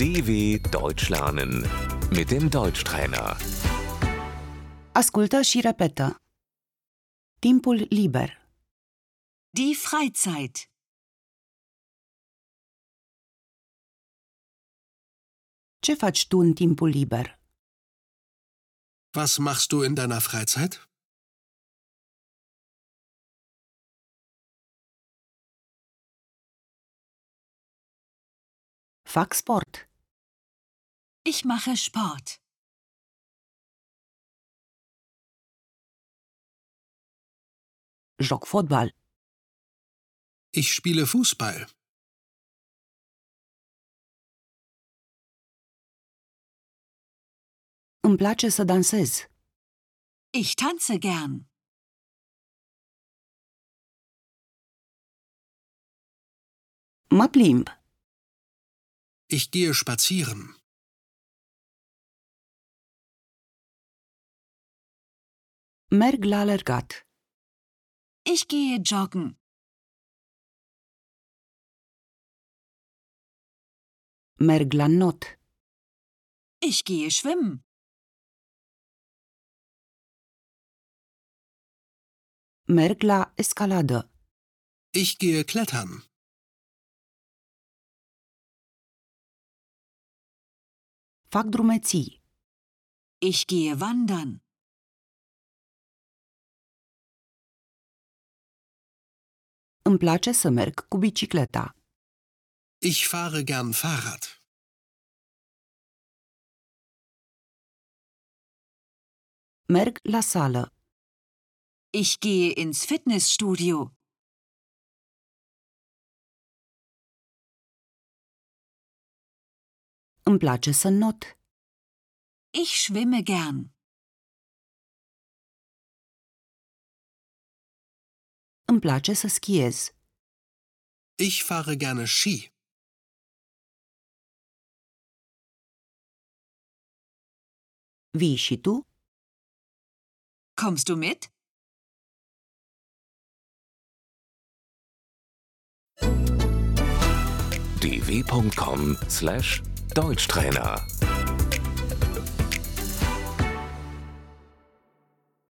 DW Deutsch lernen mit dem Deutschtrainer. Ascultă și repetă. Timpul liber. Die Freizeit. Ce faci tu în timpul liber? Was machst du in deiner Freizeit? Fac sport. Ich mache Sport. Joc fotbal. Ich spiele Fußball. Îmi place să dansez. Ich tanze gern. Mă plimb. Ich gehe spazieren. Merg la alergat. Ich gehe joggen. Merg la not. Ich gehe schwimmen. Merg la escaladă. Ich gehe klettern. Fac drumeții. Ich gehe wandern. Îmi place să merg cu bicicleta. Ich fahre gern Fahrrad. Merg la sală. Ich gehe ins Fitnessstudio. Îmi place să not. Ich schwimme gern. Îmi place să schiez. Ich fahre gerne Ski. Vii și tu? Kommst du mit? dw.com/deutschtrainer